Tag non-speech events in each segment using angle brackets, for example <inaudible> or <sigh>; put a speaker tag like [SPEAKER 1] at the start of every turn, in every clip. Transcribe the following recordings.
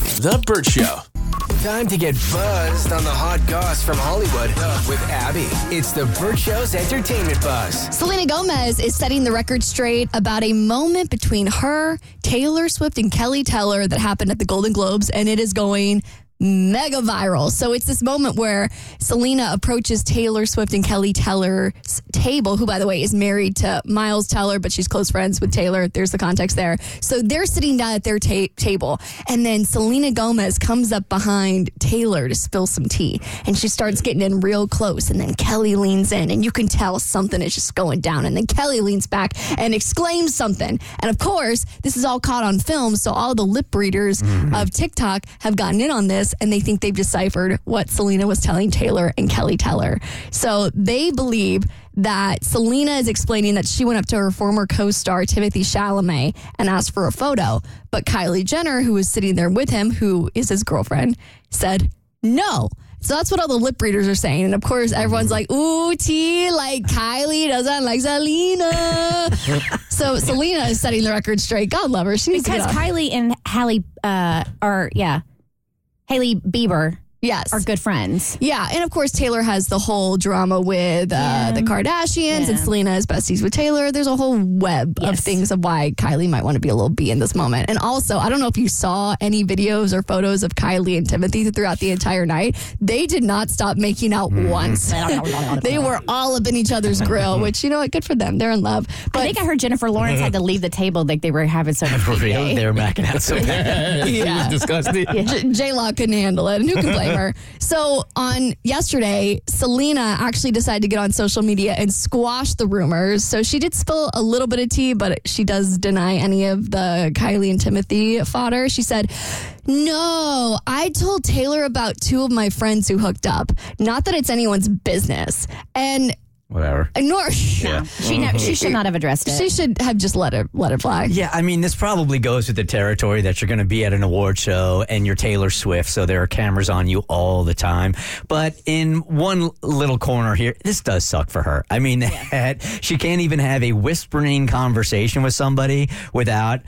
[SPEAKER 1] The Burt Show. Time to get buzzed on the hot goss from Hollywood with Abby. It's The Burt Show's entertainment buzz.
[SPEAKER 2] Selena Gomez is setting the record straight about a moment between her, Taylor Swift, and Kelly Teller that happened at the Golden Globes, and it is going mega viral. So it's this moment where Selena approaches Taylor Swift and Kelly Teller's table, who, by the way, is married to Miles Teller, but she's close friends with Taylor. There's the context there. So they're sitting down at their ta- table, and then Selena Gomez comes up behind Taylor to spill some tea, and she starts getting in real close, and then Kelly leans in, and you can tell something is just going down, and then Kelly leans back and exclaims something, and of course, this is all caught on film, so all the lip readers of TikTok have gotten in on this, and they think they've deciphered what Selena was telling Taylor and Kelly Teller. So they believe that Selena is explaining that she went up to her former co-star Timothy Chalamet and asked for a photo, but Kylie Jenner, who was sitting there with him, who is his girlfriend, said no. So that's what all the lip readers are saying. And of course, everyone's like, ooh, T, like Kylie doesn't like Selena. so Selena is setting the record straight. God love her. She needs
[SPEAKER 3] because
[SPEAKER 2] to get off.
[SPEAKER 3] Kylie and Hallie uh, are yeah, Haley Bieber
[SPEAKER 2] Yes.
[SPEAKER 3] are good friends.
[SPEAKER 2] Yeah, and of course Taylor has the whole drama with uh, the Kardashians, and
[SPEAKER 3] Yeah.
[SPEAKER 2] Selena is besties with Taylor. There's a whole web of
[SPEAKER 3] Yes.
[SPEAKER 2] things of why Kylie might want to be a little bee in this moment. And also, I don't know if you saw any videos or photos of Kylie and Timothy throughout the entire night. They did not stop making out once. they were all up in each other's grill, which you know what, good for them. They're in love.
[SPEAKER 3] I
[SPEAKER 2] But
[SPEAKER 3] think I heard Jennifer Lawrence had to leave the table like they were having so
[SPEAKER 4] <laughs>
[SPEAKER 3] much.
[SPEAKER 4] For real? They were backing out so bad.
[SPEAKER 2] Yeah.
[SPEAKER 4] It was disgusting.
[SPEAKER 2] J Law couldn't handle it, and who can blame
[SPEAKER 4] <laughs>
[SPEAKER 2] her? So on yesterday, Selena actually decided to get on social media and squash the rumors. So she did spill a little bit of tea, but she does deny any of the Kylie and Timothy fodder. She said, "No, I told Taylor about two of my friends who hooked up. Not that it's anyone's business." And
[SPEAKER 4] Whatever.
[SPEAKER 2] nor <laughs>
[SPEAKER 4] Yeah.
[SPEAKER 3] She ne- she should not have addressed it.
[SPEAKER 2] she should have just let it let it fly.
[SPEAKER 4] Yeah, I mean, this probably goes with the territory that you're going to be at an award show and you're Taylor Swift, so there are cameras on you all the time. But in one little corner here, this does suck for her. I mean, <laughs> that she can't even have a whispering conversation with somebody without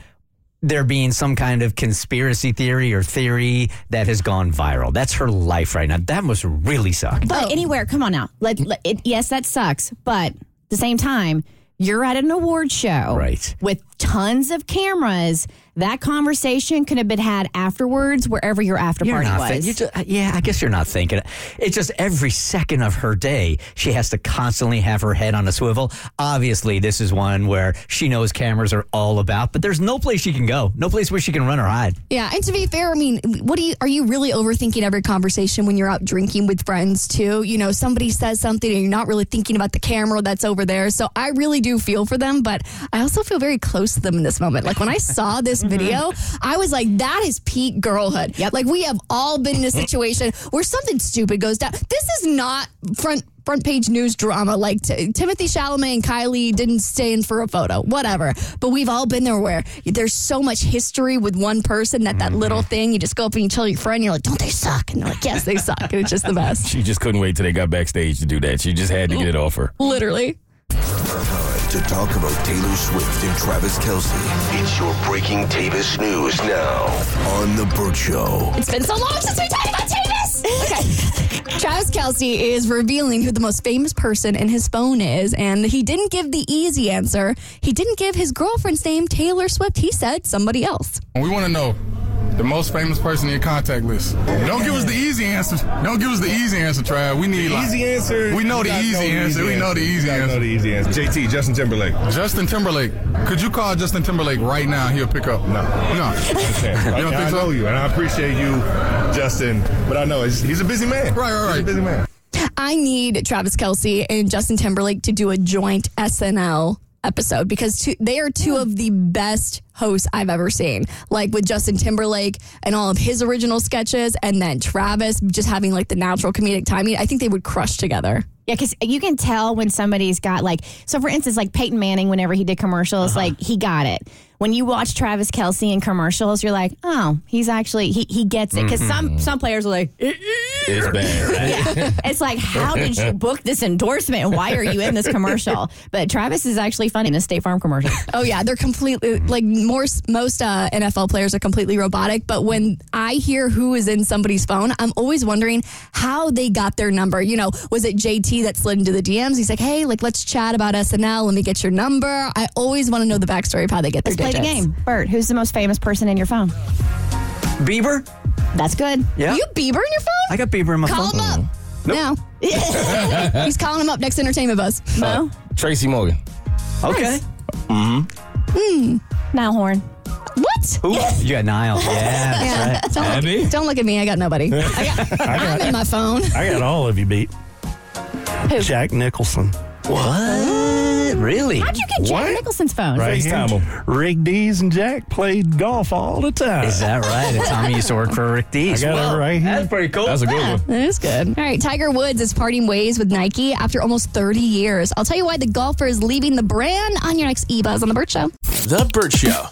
[SPEAKER 4] there being some kind of conspiracy theory or theory that has gone viral. That's her life right now. That must really suck.
[SPEAKER 3] But anywhere, come on now. Let, let- it, yes, that sucks. But at the same time, you're at an award show,
[SPEAKER 4] Right.
[SPEAKER 3] With tons of cameras. That conversation could have been had afterwards, wherever your after
[SPEAKER 4] You're
[SPEAKER 3] party
[SPEAKER 4] not thi-
[SPEAKER 3] was.
[SPEAKER 4] you ju- uh, yeah, I guess you're not thinking. it. It's just every second of her day, she has to constantly have her head on a swivel. Obviously, this is one where she knows cameras are all about, but there's no place she can go, no place where she can run or hide.
[SPEAKER 2] Yeah, and to be fair, I mean, what do you are you really overthinking every conversation when you're out drinking with friends too? You know, somebody says something and you're not really thinking about the camera that's over there. So I really do feel for them, but I also feel very close to them in this moment. Like when I saw this video, I was like, that is peak girlhood.
[SPEAKER 3] Yep.
[SPEAKER 2] Like we have all been in a situation where something stupid goes down. This is not front front page news drama. Like t- Timothy Chalamet and Kylie didn't stand for a photo, whatever. But we've all been there where there's so much history with one person that that little thing you just go up and you tell your friend, you're like, don't they suck? And they're like, yes, they suck. And it's just the best.
[SPEAKER 5] <laughs>
[SPEAKER 6] She just couldn't wait till they got backstage to do that. She just had to get it off her.
[SPEAKER 2] Literally.
[SPEAKER 7] Time to talk about Taylor Swift and Travis Kelsey
[SPEAKER 8] It's your breaking Tavis news now.
[SPEAKER 7] on The Burt Show.
[SPEAKER 2] It's been so long since we talked about Travis. Okay. Travis Kelsey is revealing who the most famous person in his phone is, and he didn't give the easy answer. He didn't give his girlfriend's name, Taylor Swift. He said somebody else.
[SPEAKER 5] We want to know the most famous person in your contact list. Don't give us the easy answers. Don't give us the easy answer, Trav. We need like,
[SPEAKER 9] Easy answer.
[SPEAKER 5] We know the
[SPEAKER 9] You guys
[SPEAKER 5] easy answer. We know the easy
[SPEAKER 9] You guys
[SPEAKER 5] answer.
[SPEAKER 9] know the easy answer. JT, Justin Timberlake.
[SPEAKER 5] Justin Timberlake. Could you call Justin Timberlake right now? He'll pick up.
[SPEAKER 9] No.
[SPEAKER 5] No.
[SPEAKER 9] Okay.
[SPEAKER 5] don't think
[SPEAKER 9] I
[SPEAKER 5] so?
[SPEAKER 9] know you, and I appreciate you, Justin. But I know it's, he's a busy man.
[SPEAKER 5] Right, right,
[SPEAKER 9] He's
[SPEAKER 5] right.
[SPEAKER 9] a busy man.
[SPEAKER 2] I need Travis Kelsey and Justin Timberlake to do a joint SNL episode because two, they are two of the best hosts I've ever seen. Like with Justin Timberlake and all of his original sketches, and then Travis just having like the natural comedic timing. I think they would crush together.
[SPEAKER 3] Yeah, because you can tell when somebody's got like, so for instance, like Peyton Manning, whenever he did commercials, like he got it. When you watch Travis Kelsey in commercials, you're like, oh, he's actually he, he gets it. Because some some players are like, "Eh, eh,
[SPEAKER 6] it's bad.
[SPEAKER 5] <laughs>
[SPEAKER 3] Yeah. <laughs> It's like, how did you book this endorsement and why are you in this commercial? But Travis is actually funny in a State Farm commercial.
[SPEAKER 2] Oh yeah, they're completely like more most uh, NFL players are completely robotic. But when I hear who is in somebody's phone, I'm always wondering how they got their number. You know, was it JT that slid into the DMs? He's like, hey, like let's chat about SNL. Let me get your number. I always want to know the backstory of how they get their
[SPEAKER 3] Let's play the
[SPEAKER 2] digits.
[SPEAKER 3] game. Bert, who's the most famous person in your phone?
[SPEAKER 4] Bieber?
[SPEAKER 3] That's good.
[SPEAKER 4] Yeah.
[SPEAKER 2] You Bieber in your phone?
[SPEAKER 4] I got Bieber in my
[SPEAKER 2] Call
[SPEAKER 4] phone.
[SPEAKER 2] him up.
[SPEAKER 4] <laughs>
[SPEAKER 2] No. He's calling him up next entertainment buzz. <laughs>
[SPEAKER 3] Mo?
[SPEAKER 5] Uh,
[SPEAKER 6] Tracy Morgan.
[SPEAKER 4] Okay.
[SPEAKER 3] Niall Horn.
[SPEAKER 2] What?
[SPEAKER 4] Who? You
[SPEAKER 2] <laughs>
[SPEAKER 4] got Niall. Yeah,
[SPEAKER 2] Yeah.
[SPEAKER 4] that's right.
[SPEAKER 2] Don't,
[SPEAKER 6] Abby?
[SPEAKER 2] look, don't look at me. I got nobody.
[SPEAKER 4] <laughs>
[SPEAKER 2] I got, I'm in my phone.
[SPEAKER 10] I got all of you beat.
[SPEAKER 3] Who?
[SPEAKER 10] Jack Nicholson.
[SPEAKER 4] What? Really?
[SPEAKER 3] How'd you get Jack Nicholson's phone?
[SPEAKER 10] Right
[SPEAKER 6] FaceTime
[SPEAKER 10] here. Rick Dees and Jack played golf all the time.
[SPEAKER 4] Is that right? And Tommy used to work for Rick Dees.
[SPEAKER 10] I got it right here.
[SPEAKER 4] That's pretty cool.
[SPEAKER 6] That's a good one.
[SPEAKER 2] That is good. All right, Tiger Woods is parting ways with Nike after almost 30 years. I'll tell you why the golfer is leaving the brand on your next E Buzz on the Bird Show.
[SPEAKER 1] The Burt Show.